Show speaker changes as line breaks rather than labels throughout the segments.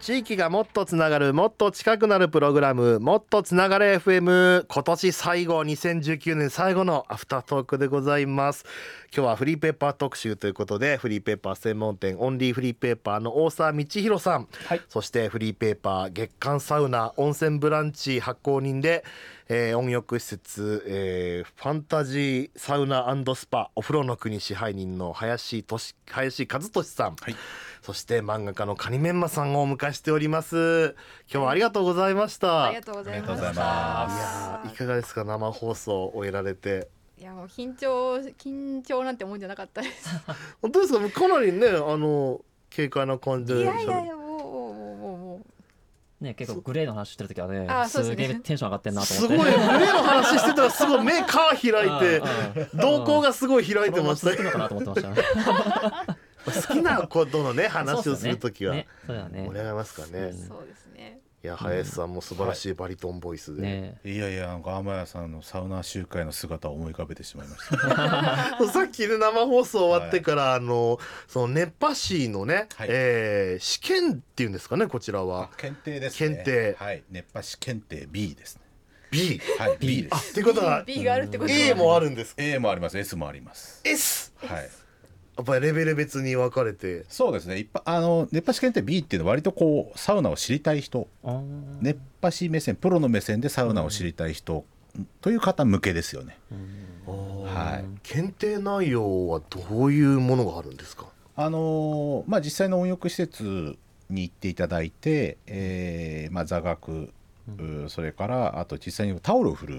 地域がもっとつながるもっと近くなるプログラム「もっとつながれ FM」今年最後2019年最後のアフタートークでございます今日はフリーペーパー特集ということでフリーペーパー専門店オンリーフリーペーパーの大沢道弘さん、
はい
そしてフリーペーパー月刊サウナ温泉ブランチ発行人で、えー温浴施設、えーファンタジーサウナスパお風呂の国支配人の林とし林和俊さん、
はい
そして漫画家のカニメンマさんをお迎えしております今日はありがとうございました、
あ
い
りが
や
とうござい
ありがとう
ま
ご
した。
ざいます
ーいかがですか生放送終えられて
いやもう緊張緊張なんて思うんじゃなかったです。
本当ですかかなりねあの軽快な感
い
じで
やいや
喋
い
る
やもうもうもうもうも
ね結構グレーの話してる時はね
あそうですすね
げえテンション上がってんなと
す
思っ
ご
て
い胸の話してたらすごい目皮開いて瞳孔
が
がすごい開いてました
続くのかなと思ってました
好きなことのね話をするときは
ねそうだね
盛り上がりますからね
う
うん
そうですね。
いや林さんも素晴らしいバリトンボイスで、
ね
いやいやなんか天谷さんのサウナ集会の姿を思い浮かべてしまいました。
さっきね生放送終わってから、あのその熱波市のね、
はい
えー試験っていうんですかねこちらは
検定ですね。
検定
はい、熱波師検定 B ですね。
B
はい、B で
あっ
す。
てことは
B があるってことは
A もあるんですか
A もあります、S もあります。
S
はい。
やっぱりレベル別に分かれて
そうですね。一般あの熱波師検定 B っていうのは割とこうサウナを知りたい人、
あー
熱波師目線、プロの目線でサウナを知りたい人という方向けですよね。はい。
検定内容はどういうものがあるんですか
あのーまあ、実際の温浴施設に行っていただいて、えーまあ、座学、うそれからあと実際にタオルを振る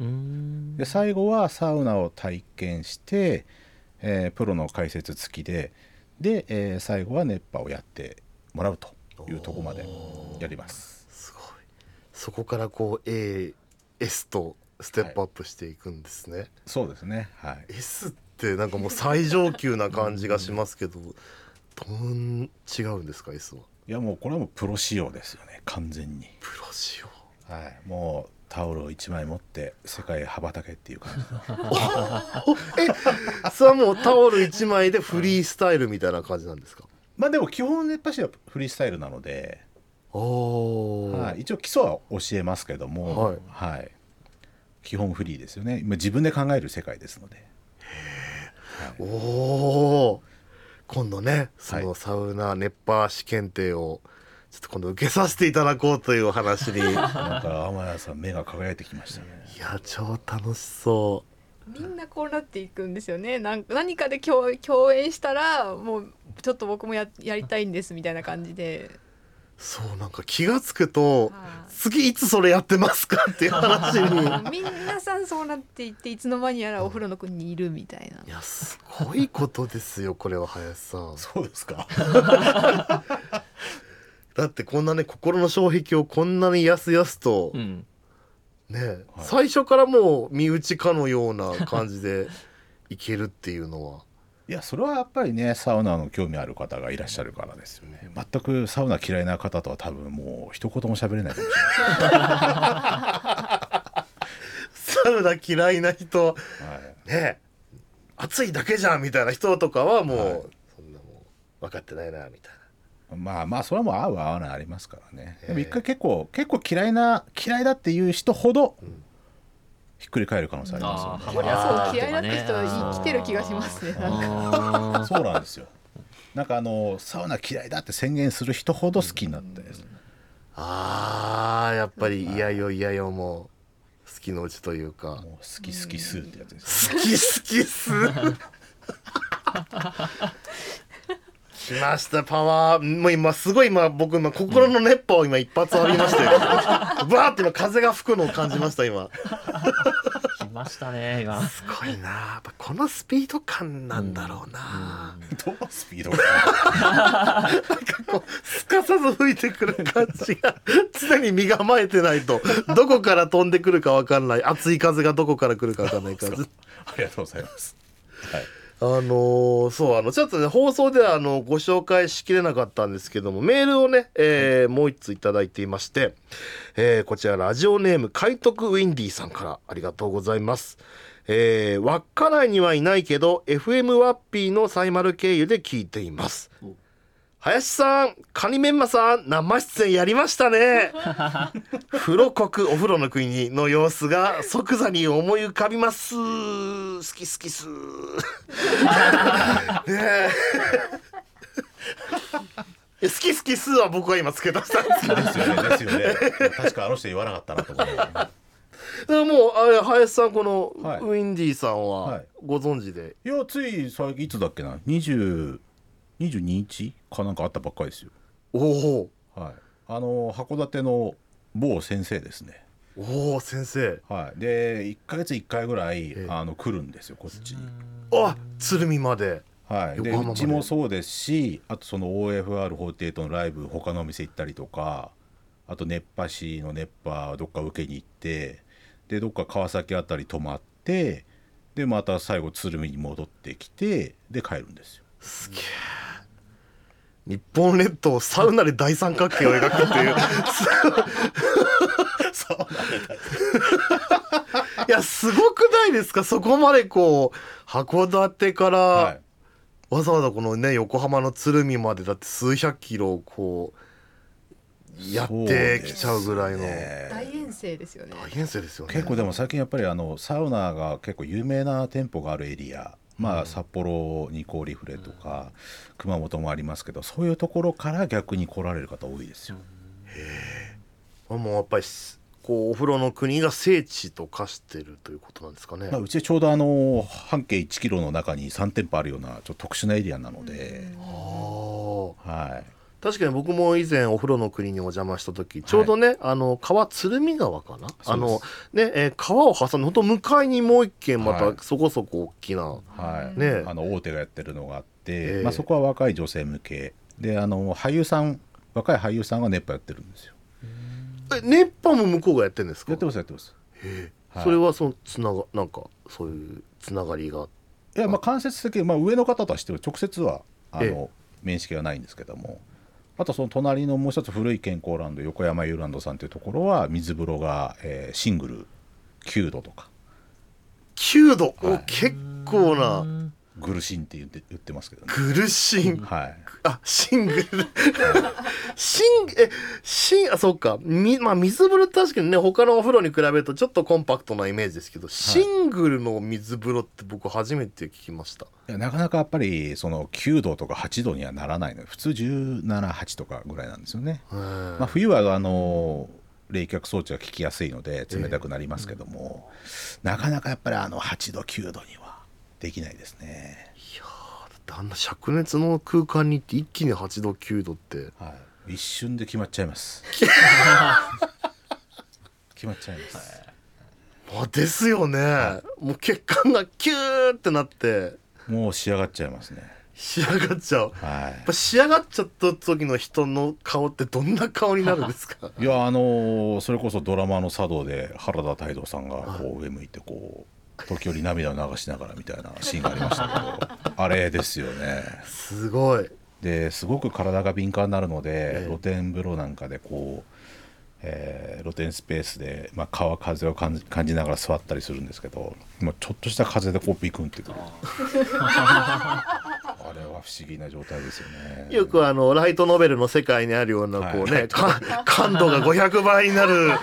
うーん
で最後はサウナを体験して、えープロの解説付きでで、えー最後は熱波をやってもらうというところまでやります。
すごいそこからこう AS とステップアップしていくんですね、
そうですね、はい、
S ってなんかもう最上級な感じがします けどどん違うんですか S はい
やもうこれはもうプロ仕様ですよね完全に、
プロ仕様
はい、もうタオルを1枚持って世界へ羽ばたけっていう感じの
えそれはもうタオル1枚でフリースタイルみたいな感じなんですか
まあでも基本熱波師はフリースタイルなので
おー
はい、一応基礎は教えますけども、
はい
はい基本フリーですよね今自分で考える世界ですので
おお今度ねそ
は
のサウナ熱波試験定をちょっと今度受けさせていただこうというお話にい
なんか天谷さん目が輝いてきましたね
や超楽しそ
みんなこうなっていくんですよね。なん何かで共共演したらもうちょっと僕もややりたいんですみたいな感じで。
うそうなんか気が付くと
はい
次いつそれやってますかっていう話 に。
もうみんなさんそうなっていっていつの間にやらお風呂の国にいるみたいない
やすごいことですよこれは林さん
そうです か
だってこんなね心の障壁をこんなにやすやすと、
うん
ね、
はい
最初からもう身内かのような感じ でいけるっていうのはい
やそれはやっぱりねサウナの興味ある方がいらっしゃるからですよね全くサウナ嫌いな方とは多分もう一言も喋れないかもしれ
サウナ嫌いな人
ない、はい
ね暑いだけじゃんみたいな人とかはもう、
はい
そんなもう分かってないなみたい
まあまあそれはもう合う合わないありますからねでも
ええ
一回結構結構嫌いな嫌いだっていう人ほどひっくり返る可能性ありますよ
あ
ね
ーハマりやすかった
そう嫌いだった人は
あー
生きてる気がしますねなん
あー
そうなんですよ。なんかあのサウナ嫌いだって宣言する人ほど好きになって、
なあーやっぱり嫌よ嫌よも好きのうちというか
もう好き好きするってやつです。
好き好きっす来ましたパワーもう今すごい今僕今心の熱波を今一発浴びましたよバーって今風が吹くのを感じました今
来ましたね今
すごいなやっぱこのスピード感なんだろうな、
どのスピード
こうすかさず吹いてくる感じが常に身構えてないとどこから飛んでくるか分かんない熱い風がどこから来るか分かんない感じ
ありがとうございます。はい。
あのーそうあのちょっとね放送ではあのご紹介しきれなかったんですけどもメールをね、えーもう一通いただいていまして、えーこちらラジオネーム海徳ウィンディさんからありがとうございます。えー、稚内にはいないけど FM ワッピーのサイマル経由で聞いています。林さんカニメンマさん生出演やりましたね風呂国お風呂の国の様子が即座に思い浮かびます好き好きっすねえいや好き好きっすは僕は今付け出したんですけど
ですよねですよね確かあの人言わなかったなと思って
でももうあれ林さんこの
はい
ウィンディーさん
は
はいご存知で、
いやつい最近いつだっけな20 22日かなんかあったばっかりですよ
おお
はいあの函館の某先生ですね
おお先生
はいで1か月1回ぐらい
ええ
あの来るんですよこっちに
あ鶴見まで
はい、で
横浜ま
う
で
ちもそうですしあとその OFR48 のライブ他のお店行ったりとかあと熱波師の熱波どっか受けに行ってでどっか川崎あたり泊まってでまた最後鶴見に戻ってきてで帰るんですよ。
すげえ日本列島サウナで大三角形を描くと いう
そう
いやすごくないですかそこまでこう函館から、
はい
わざわざこのね横浜の鶴見までだって数百キロをこうやってきちゃうぐらいの、
そうですね
大遠征ですよね。
大変生ですよね
結構でも最近やっぱりあのサウナが結構有名な店舗があるエリア、まあ、札幌ニコーリフレとか熊本もありますけどそういうところから逆に来られる方多いですよ。
もうやっぱりしこうお風呂の国が聖地と化してるということなんですかね、
まあ、うちはちょうどあの半径1キロの中に3店舗あるようなちょっと特殊なエリアなので、
あー
はい、
確かに僕も以前お風呂の国にお邪魔した時ちょうどね、あの川鶴見川かなあのね、えー川を挟んでほんと向かいにもう一軒ま
はい
たそこそこ大きな、
はい
ねえ
あの大手がやってるのがあって、
え
まあ、そこは若い女性向けであの俳優さん若い俳優さんが熱波やってるんですよ
え熱波も向こうがやってるんですか
やってますやってますはい
それはそのつながなんかそういうつながりが
いやまあ間接的に、まあ、上の方とはしても直接はあの、
ええ
面識はないんですけどもあとその隣のもう一つ古い健康ランド横山遊ランドさんというところは水風呂が、えーシングル9度とか
9度、お
はい
結構な
グルシンって言って言ってますけどね
苦しい、
はい
あシングルシンえシンあそうかみ、まあ、水風呂って確かにね他のお風呂に比べるとちょっとコンパクトなイメージですけど、シングルの水風呂って僕初めて聞きました
いやなかなかやっぱりその9度とか8度にはならないので普通178とかぐらいなんですよね、
うん
まあ、冬はあの冷却装置が効きやすいので冷たくなりますけども、なかなかやっぱりあの8度9度にはできないですね、
あんな灼熱の空間に行って一気に8度9度って
はい、一瞬で決まっちゃいます決まっちゃいます、
まあですよね、もう血管がキューってなって
もう仕上がっちゃいますね
仕上がっちゃう
は
やっぱ仕上がっちゃった時の人の顔ってどんな顔になるんです か
いいやあのそれこそドラマの茶道で原田泰造さんがこう上向いてこう時折涙を流しながらみたいなシーンがありました けどあれですよね
すごい
ですごく体が敏感になるので
ええ
露天風呂なんかでこう、えー露天スペースで、まあ、川風を感じ感じながら座ったりするんですけど、まあ、ちょっとした風でこうビクンって くるあれは不思議な状態ですよね
よくあのライトノベルの世界にあるようなこうね、か感度が500倍になる
いや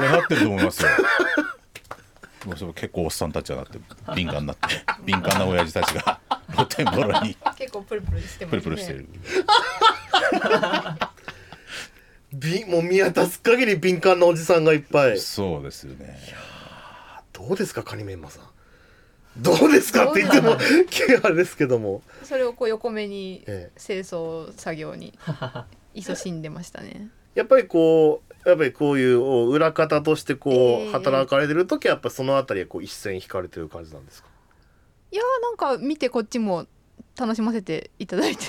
なってると思いますよ。もうそう結構おっさんたちはなって敏感になって敏感な親父たちが露天風呂に
結構プルプルしてますね。
プルプルしてる。
びもう見渡す限り敏感なおじさんがいっぱい
そうですよね。
どうですかカニメンマさんどうですかって言ってもあれですけども
それをこう横目に
え
清掃作業に 勤しんでましたね。
やっぱりこうやっぱりこういうお裏方としてこ
ええ
う働かれてる時はやっぱそのあたりはこう一線引かれてる感じなんですか
いやーなんか見てこっちも楽しませていただ いて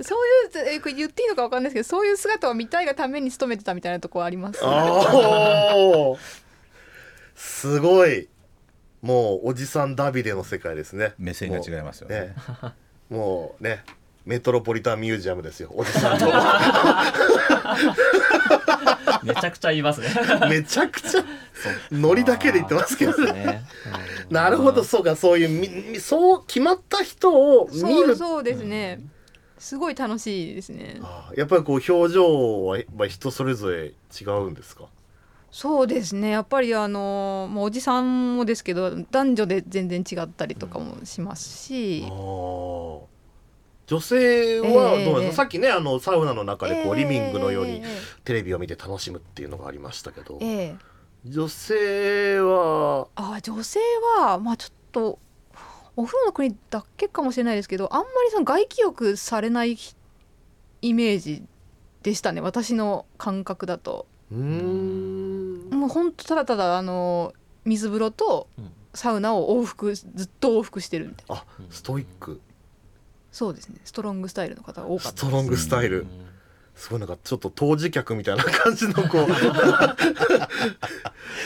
そういうえこれ言っていいのかわかんないですけどそういう姿を見たいがために勤めてたみたいなとこはあります
ああ すごいもうおじさんダビデの世界ですね
目線が違いますよね
ね。も うねメトロポリタンミュージアムですよおじさんと
めちゃくちゃ言いますね。
めちゃくちゃノリだけで言ってますけど
そうですね。うん
なるほど、。そうか、そういうみ、みそう決まった人を見
そう
る。
そうですね。すごい楽しいですね。
あやっぱりこう表情はやっぱ人それぞれ違うんですか。
そうですね。やっぱりあのもうおじさんもですけど、男女で全然違ったりとかもしますし、
あー女性はどうなんですか、
ええ
さっきねあのサウナの中でこうリビングのように
え
テレビを見て楽しむっていうのがありましたけど、
えええ
女性は
あ女性はまあちょっとお風呂の国だけかもしれないですけどあんまりその外気浴されないイメージでしたね私の感覚だと
うーん
もうほんとただただあの水風呂と
うん
サウナを往復ずっと往復してるみたいな
ストイック
そうですねストロングスタイルの方が多かっ
ス
た
トロングスタイル、
うん
すごいなんかちょっと当時客みたいな感じのこう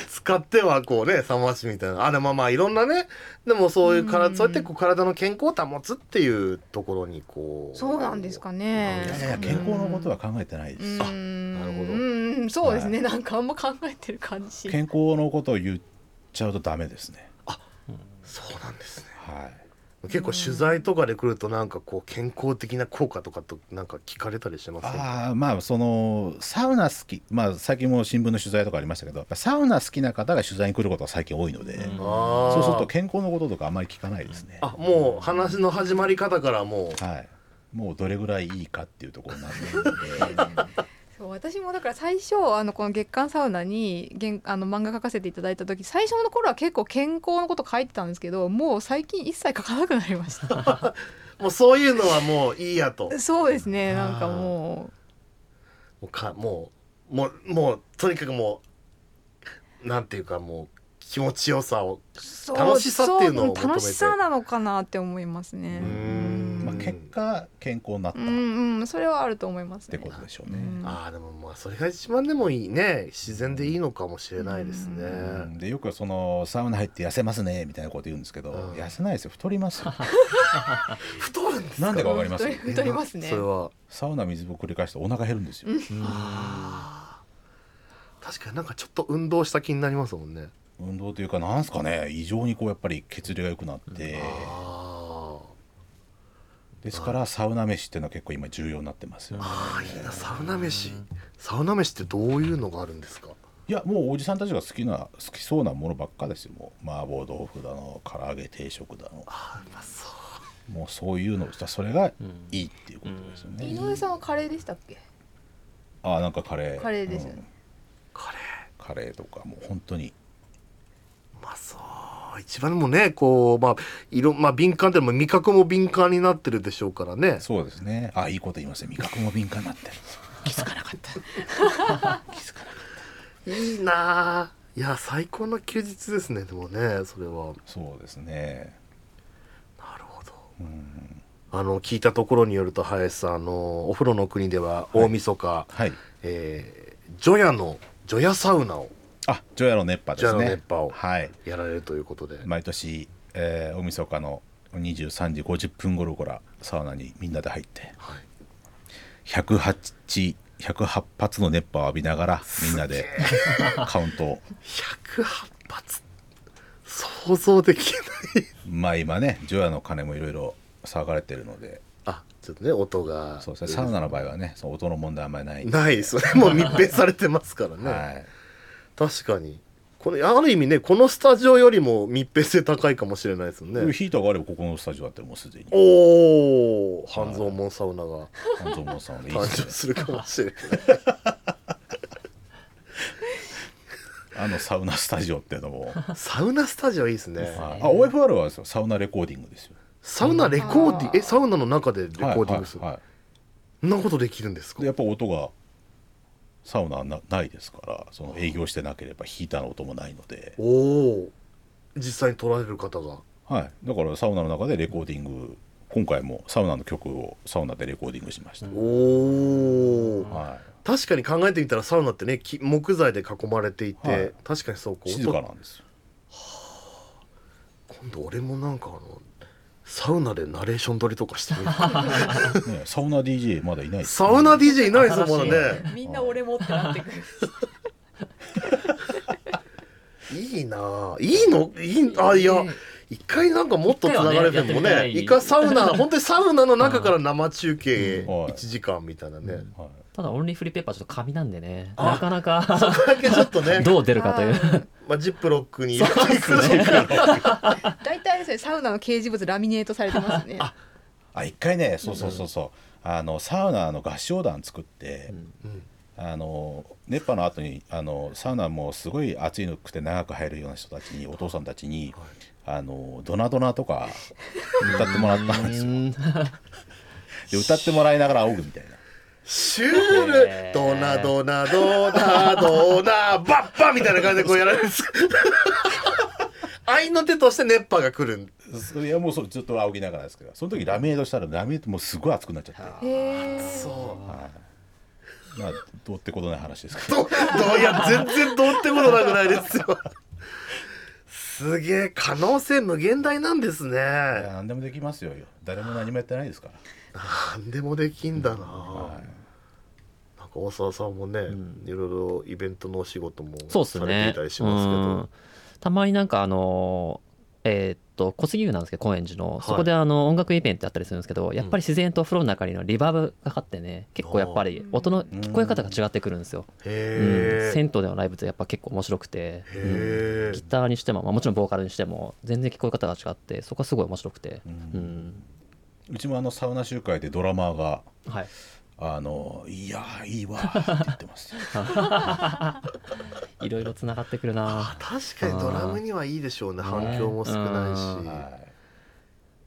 使ってはこうね冷ましみたいなあでもまあいろんなねでもそういうから
うん
そうやってこう体の健康を保つっていうところにこう
そうなんですか
え
ね
い
ー
やいや健康のことは考えてないで
う
す、
ん
なるほど
うんそうですね、なんかあんま考えてる感じ
健康のことを言っちゃうとダメですね
そうなんですね
はい
結構取材とかで来るとなんかこう健康的な効果とかとなんか聞かれたりしてます
ああまあそのサウナ好きまあ最近も新聞の取材とかありましたけどやっぱサウナ好きな方が取材に来ることが最近多いので、
うん
あー
そうすると健康のこととかあんまり聞かないですね、
あもう話の始まり方からも
はいもうどれぐらいいいかっていうところになってるので
そう私もだから最初あのこの月刊サウナに原あの漫画書かせていただいた時最初の頃は結構健康のこと書いてたんですけどもう最近一切書かなくなりました
うもうそういうのはもういいやと
そうですねなんかも
もうかもうもうもうとにかくもうなんていうかもう気持ちよさを
うそう
楽しさっていうのを求めて
そう楽しさなのかなって思いますね
うーん
まあ結果健康になった
う
っ
んうんそれはあると思います
て
ね
ことでしょう
う
ね、
ん
ああでもまあそれが一番でもいいね自然でいいのかもしれないですね。
うんでよくそのサウナ入って痩せますねみたいなこと言うんですけど、
うん
痩せないですよ太ります よ
太るんです
なんでかわかります
太り太りますね
それは
サウナ水を繰り返してお腹減るんですよ、
あー確かになんかちょっと運動した気になりますもんね。
運動というかなんすかね異常にこうやっぱり血流が良くなって、
あー
ですからサウナ飯っていうのは結構今重要になってますよ、
あーいいなサウナ飯サウナ飯ってどういうのがあるんですか
いやもうおじさんたちが好きな好きそうなものばっかですよもう麻婆豆腐だの唐揚げ定食だの
あーうまそう
もうそういうのそれが
うん
いいっていうことですよね、
井上さんはカレーでしたっけ
あなんかカレー
カレーですよね
うん
カレー
カレーとかもう本当に
まあそう一番もうねこうまあ色まあ敏感ってのも味覚も敏感になってるでしょうからね
そうですねあいいこと言いますね味覚も敏感になってる
いいなあいや最高の休日ですねでもねそれは
そうですね
なるほど
うん
あの聞いたところによると林さんあのお風呂の国では大晦日、
はい
えー除夜の除夜サウナを
あジョヤの熱波です
除
ね
夜の熱波を
はい
やられるということで、
毎年、えー、大晦日の23時50分頃からサウナにみんなで入って
はい、
108 108発の熱波を浴びながらみんなでカウントを
108発想像できない
まあ今ね除夜の鐘もいろいろ騒がれてるので
あちょっとね音が
そうですねサウナの場合はねその音の問題あんまりない、
ないですよねもう密閉されてますからね、
はい、
確かにこれある意味ねこのスタジオよりも密閉性高いかもしれないですよね
ヒーターがあればここのスタジオだってもうすでに
おお半蔵門サウナが
半蔵門さんはいい
誕
です
生する
ね
かもしれない
あのサウナスタジオっていうのも、
サウナスタジオいいですね
はい、あ OFR はですよサウナレコーディングですよ
サウナレコーディン
あ
グ
ー
えサウナの中でレコ
はい
ーディングする、
はいはい
そんなことできるんですか
でやっぱ音がサウナはなないですからその営業してなければヒーターの音もないので、
おお実際に撮られる方が
はい、だからサウナの中でレコーディング今回もサウナの曲をサウナでレコーディングしました、
おお
は
確かに考えてみたらサウナってね木木材で囲まれていて、
はい
確かにそうこ
いう静かなんですよ
今度俺もなんかあのサウナでナレーション撮りとかしてる
ね、サウナ DJ まだいないです
サウナ DJ いないですよまだね
新
みんな俺もってなってくる
いいなあいいのいいあいや一回なんかもっとつながれても
一回はねやって
ね
みたい
一回サ ウナ本当にサウナの中から生中継
うんはい
1時間みたいなね、
はい、
ただオンリーフリーペーパーちょっと紙なんでね
あ
なかな
そ
か
こだけちょっとね
どう出るかという
まあ、ジップロックに入れていく
大体あれですねサウナの掲示物ラミネートされてま すね
あ一回ねそうそうそうそう、あのサウナの合唱団作って、
うん
あの熱波の後にあのサウナもうすごい暑いのくて長く入るような人たちにお父さんたちに、あのドナドナとか歌ってもらったん ですよで歌ってもらいながら仰ぐみたいな
シュール、
えー
ドナドナドナドナバッバみたいな感じでこうやられるんです愛の手として熱波が来るん
それはもうそうずっと仰ぎながらですけどその時ラメードしたらラメードもうすごい熱くなっちゃって、
へえ
そう
はい、まあどうってことない話ですけど
どどういや全然どうってことなくないですよすげえ可能性無限大なんですね
いや何でもできますよ誰も何もやってないですから
何でもできんだな、
はい
なんか大沢さんもね、
ん
いろいろイベントのお仕事も
そうです
されて
ね
いたりしますけど
うんたまになんかあのえーっと小杉湯なんですけど高円寺の、
はい
そこであの音楽イベントやったりするんですけどやっぱり自然とお風呂の中にのリバーブがかかってね結構やっぱり音の聞こえ方が違ってくるんですよ、う
へ
ん
え、
銭湯でのライブってやっぱ結構面白くて、うん
へえ
ギターにしても、まあ、もちろんボーカルにしても全然聞こえ方が違ってそこはすごい面白くて、
う
うんん
うちもあのサウナ集会でドラマーが
はい、
あのいやーい いわーって言ってます。
いろいろつながってくるな
確かにドラムにはいいでしょうね
あー
反響も少ない
うん
し、
はい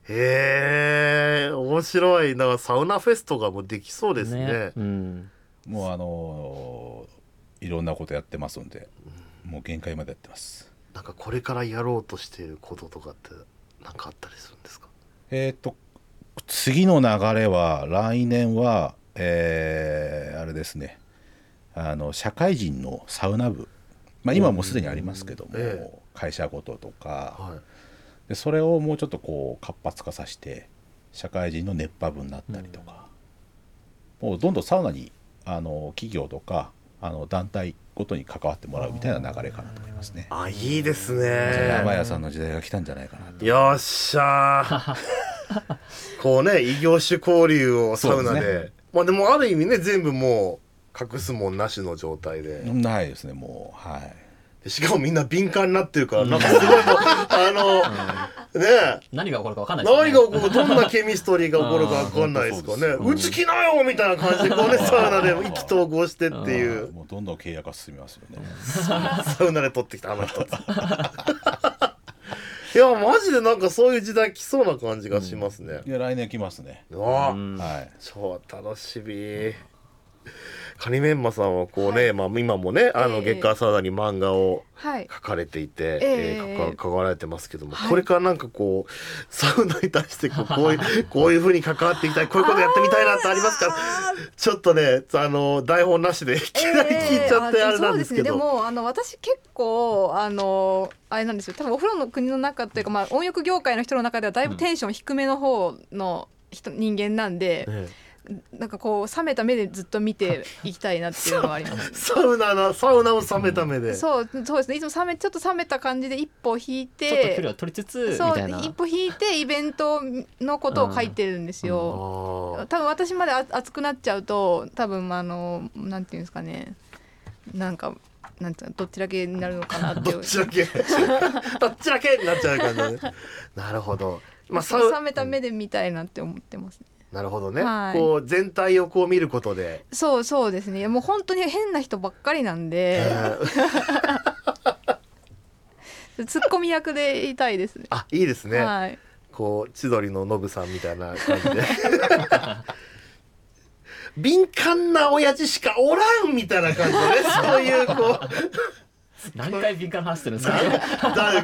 へえ面白いなんかサウナフェスとかもできそうですね
うん、
もうあのーいろんなことやってますんで、もう限界までやってます。
なんかこれからやろうとしていることとかってなんかあったりするんですか
えっ、と次の流れは来年は、えーあれですねあの社会人のサウナ部、まあ、今もうすでにありますけども、
うんええ
会社ごととか
はい
でそれをもうちょっとこう活発化させて社会人の熱波部になったりとか、もうどんどんサウナにあの企業とかあの団体ごとに関わってもらうみたいな流れかなと思いますね。
あいいです
ラーマ
ね
ヤさんの時代が来たんじゃないかなと
よっしゃーこうね異業種交流をサウナで
そうです
まあでもある意味ね全部もう隠すもんなしの状態で
ないですねもうはい
でしかもみんな敏感になってるからなんかすごいもうあのねえ
何が起こるか分かんないですよ
何
ね
が起こるどんなケミストリーが起こるか分かんないですかね
あー
「うち来なよ!」みたいな感じでこうねサウナで意気投合してってい
あ
う
もうどんどん契約が進みますよね。
サウナで取ってきたあの一ついやマジでなんかそういう時代来そうな感じがしますね
い、や来年来ますね。
うわあ、
うん
はい。
超楽しみカニメンマさんはこうね、まあ、今もねあ
え
の
え
月刊サウナに漫画を
はい
書かれていて、
え
え
え
ーかか関わられてますけども、
はい
これからなんかこうサウナに対して こうこういうこういうふうに関わっていきたいこういうことやってみたいなってありますかちょっとねあの台本なしでいきなり聞いちゃって
えー
あれなんですけど、
そうね、でもあの私結構あのあれなんですよ多分お風呂の国の中というか、まあ、温浴業界の人の中ではだいぶテンション低めの方の人人間なんで、
え
なんかこう冷めた目でずっと見ていきたいなっていうのはあります
えサウナなサウナを冷めた目で、
そうそうですねいつも冷めちょっと冷めた感じで一歩引い
ちょっと距離
て
を取りつつみ
そう
たいな
一歩引いてイベントのことを書いてるんですよ。
あ
多分私まであ熱くなっちゃうと多分あのなんていうんですかねなんかなんていうのどっちだけになるのかなっ
ー
て
どっちだけどっちだけになっちゃう感じ、ね、なるほど、まあ、サウ
冷めた目で見たいなって思ってます、
なるほどね、
はい
こう全体をこう見ることで、
そうそうですねいやもう本当に変な人ばっかりなんで、
えー
ツッコミ役でいたいですね
あいいです ね、
はい
こう千鳥のノブさんみたいな感じで敏感な親父しかおらんみたいな感じでねそういうこう
何回敏感な話してるん ですかね
だ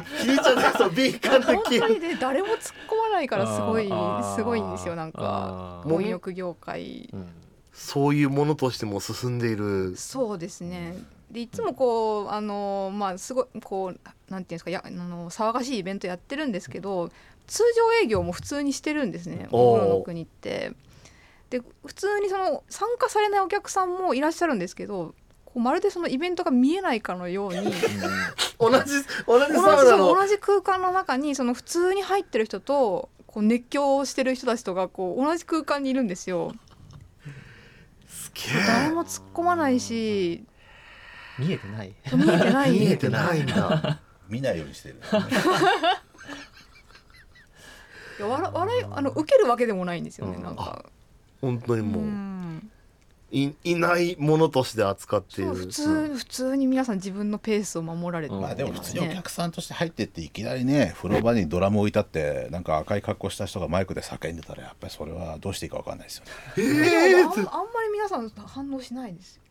聞いちゃったそう敏感な気
二人で誰も突っ込まないからすごい
あー
すごいんですよなんか
あー
もう
温浴業界
うん
そういうものとしても進んでいる
そうですね。でいつもこうあのまあすごいこうなんていうんですかやあの騒がしいイベントやってるんですけど通常営業も普通にしてるんですね
おー
お風呂の国って。で普通にその参加されないお客さんもいらっしゃるんですけどこうまるでそのイベントが見えないかのよう に。
同じ同じ
同じ
サウナの
同じ空間の中にその普通に入ってる人とこう熱狂してる人たちとがこう同じ空間にいるんですよ
すげえ
誰も突っ込まないし
見えてない。
見えてない
見えてないんだ
見ないようにしてる、
いや笑笑いあの受けるわけでもないんですよね、
うん
なんか
本当にもう、
ん
いいないものとして扱ってい
そう
る
普通普通に皆さん自分のペースを守られて
うん
まあでも普
ま
通
す
にお
ね
客さんとして入ってっていきなりね風呂場にドラム置いたってなんか赤い格好した人がマイクで叫んでたらやっぱりそれはどうしていいかわかんないですよね。
え
で
え
もあんあんまり皆さん反応しないですよ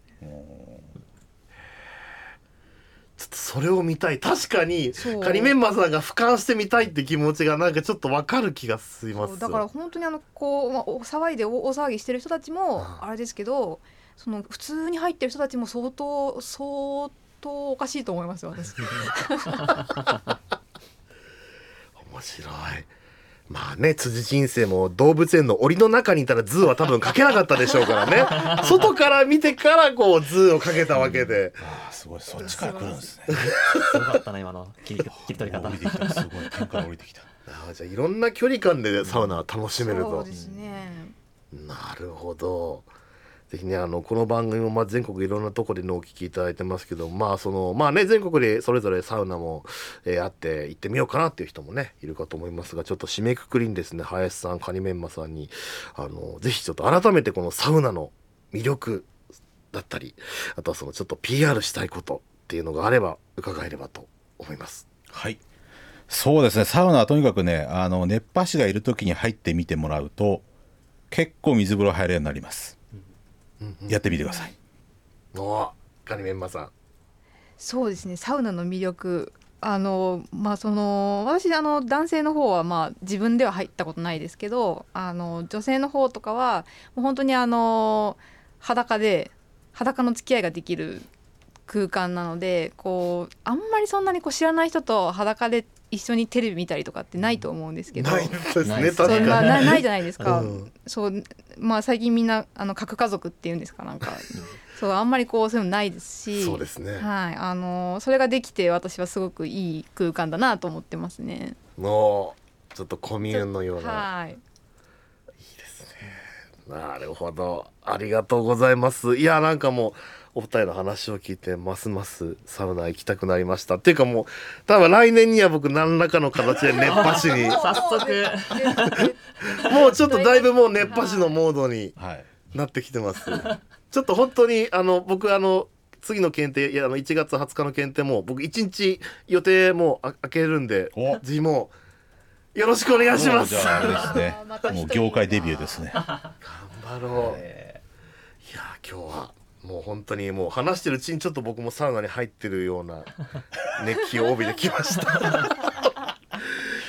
ちょっとそれを見たい確かに
そう
仮メンバーさんが俯瞰してみたいって気持ちがなんかちょっとわかる気がします
そうだから本当にあのこう、まあ、お騒いで大大騒ぎしてる人たちも
うん
あれですけどその普通に入ってる人たちも相当相当おかしいと思いますよ 私
面白いまあね辻人生も動物園の檻の中にいたらズーは多分かけなかったでしょうから ね外から見てからこうズーをかけたわけで、
ああすごいそっちから来るんですね。
すごかったな、今の切り切り取り方
降。りてきたすごい天から降りてきた。
ああじゃあいろんな距離感でサウナは楽しめる
そう
と
ですね
なるほど。ぜひねあのこの番組もまあ全国いろんなところでねお聞きいただいてますけどまあそのまあね全国でそれぞれサウナも、えーあって行ってみようかなっていう人もねいるかと思いますがちょっと締めくくりにですね林さんカニメンマさんにあのぜひちょっと改めてこのサウナの魅力だったりあとはそのちょっと PR したいことっていうのがあれば伺えればと思います。
はい。そうですね。サウナはとにかくね、あの熱波師がいる時に入ってみてもらうと、結構水風呂入れるようになります。やってみてください。
おカニメンマさん。
そうですねサウナの魅力あのまあその私あの男性の方はまあ自分では入ったことないですけどあの女性の方とかはもう本当にあの裸で裸の付き合いができる空間なのでこうあんまりそんなにこう知らない人と裸で一緒にテレビ見たりとかってないと思うんですけど
ないです
ない
ね
ですね
確か
そう
に。
まあ なないじゃないですか、
うん
そうまあ最近みんなあの核家族っていうんですかなんかそうあんまりこうそういうのないですし
そうですね。
はい、あのそれができて私はすごくいい空間だなと思ってますね。
のちょっとコミューンのような
はい、
なるほどありがとうございますいやなんかもうお二人の話を聞いてますますサウナ行きたくなりましたっていうかもう多分来年には僕何らかの形で熱波師 に
早速。
もうちょっとだいぶもう熱波師のモードに
はい。
なってきてますちょっと本当にあの僕あの次の検定いやあの1月20日の検定も僕1日予定もうあ開けるんで
お
じいもうよろしくお願いします
じゃああれ
あーま
で
た
すね。
一
もう
人
業界デビューですね。
頑張ろう、いやー今日はもう本当にもう話してるうちにちょっと僕もサウナに入ってるよう な熱気を帯びてきました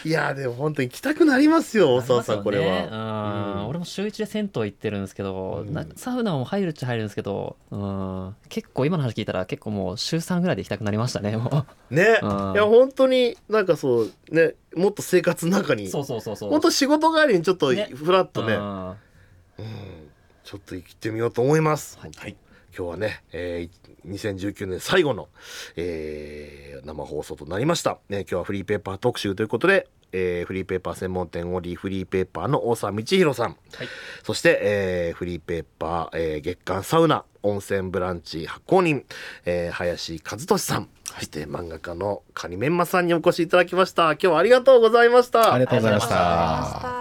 いやーでも本当に来たくなりますよ大沢さん、これ
あります
は
よねうん
うん
俺も週一で銭湯行ってるんですけど、
うん
なサウナも入るっちゃ入るんですけど、うん、結構今の話聞いたら結構もう週3ぐらいで行きたくなりましたねも
ね、
うん
いや本当になんかそうねもっと生活の中
う
に
そうそうそうそう
本当仕事帰りにちょっと
ね
ふらっとね
うん
うん、ちょっと行ってみようと思います、
はい
はい。
今日はね、えー2019年最後の、えー生放送となりました、ね、今日はフリーペーパー特集ということで、えーフリーペーパー専門店オリーフリーペーパーの大沢道弘さん、
はい
そして、えーフリーペーパー、えー月刊サウナ温泉ブランチ発行人、えー林和俊さんそして漫画家のカニメンマさんにお越しいただきました今日はありがとうございました
ありがとうございまし。
ありがとうございました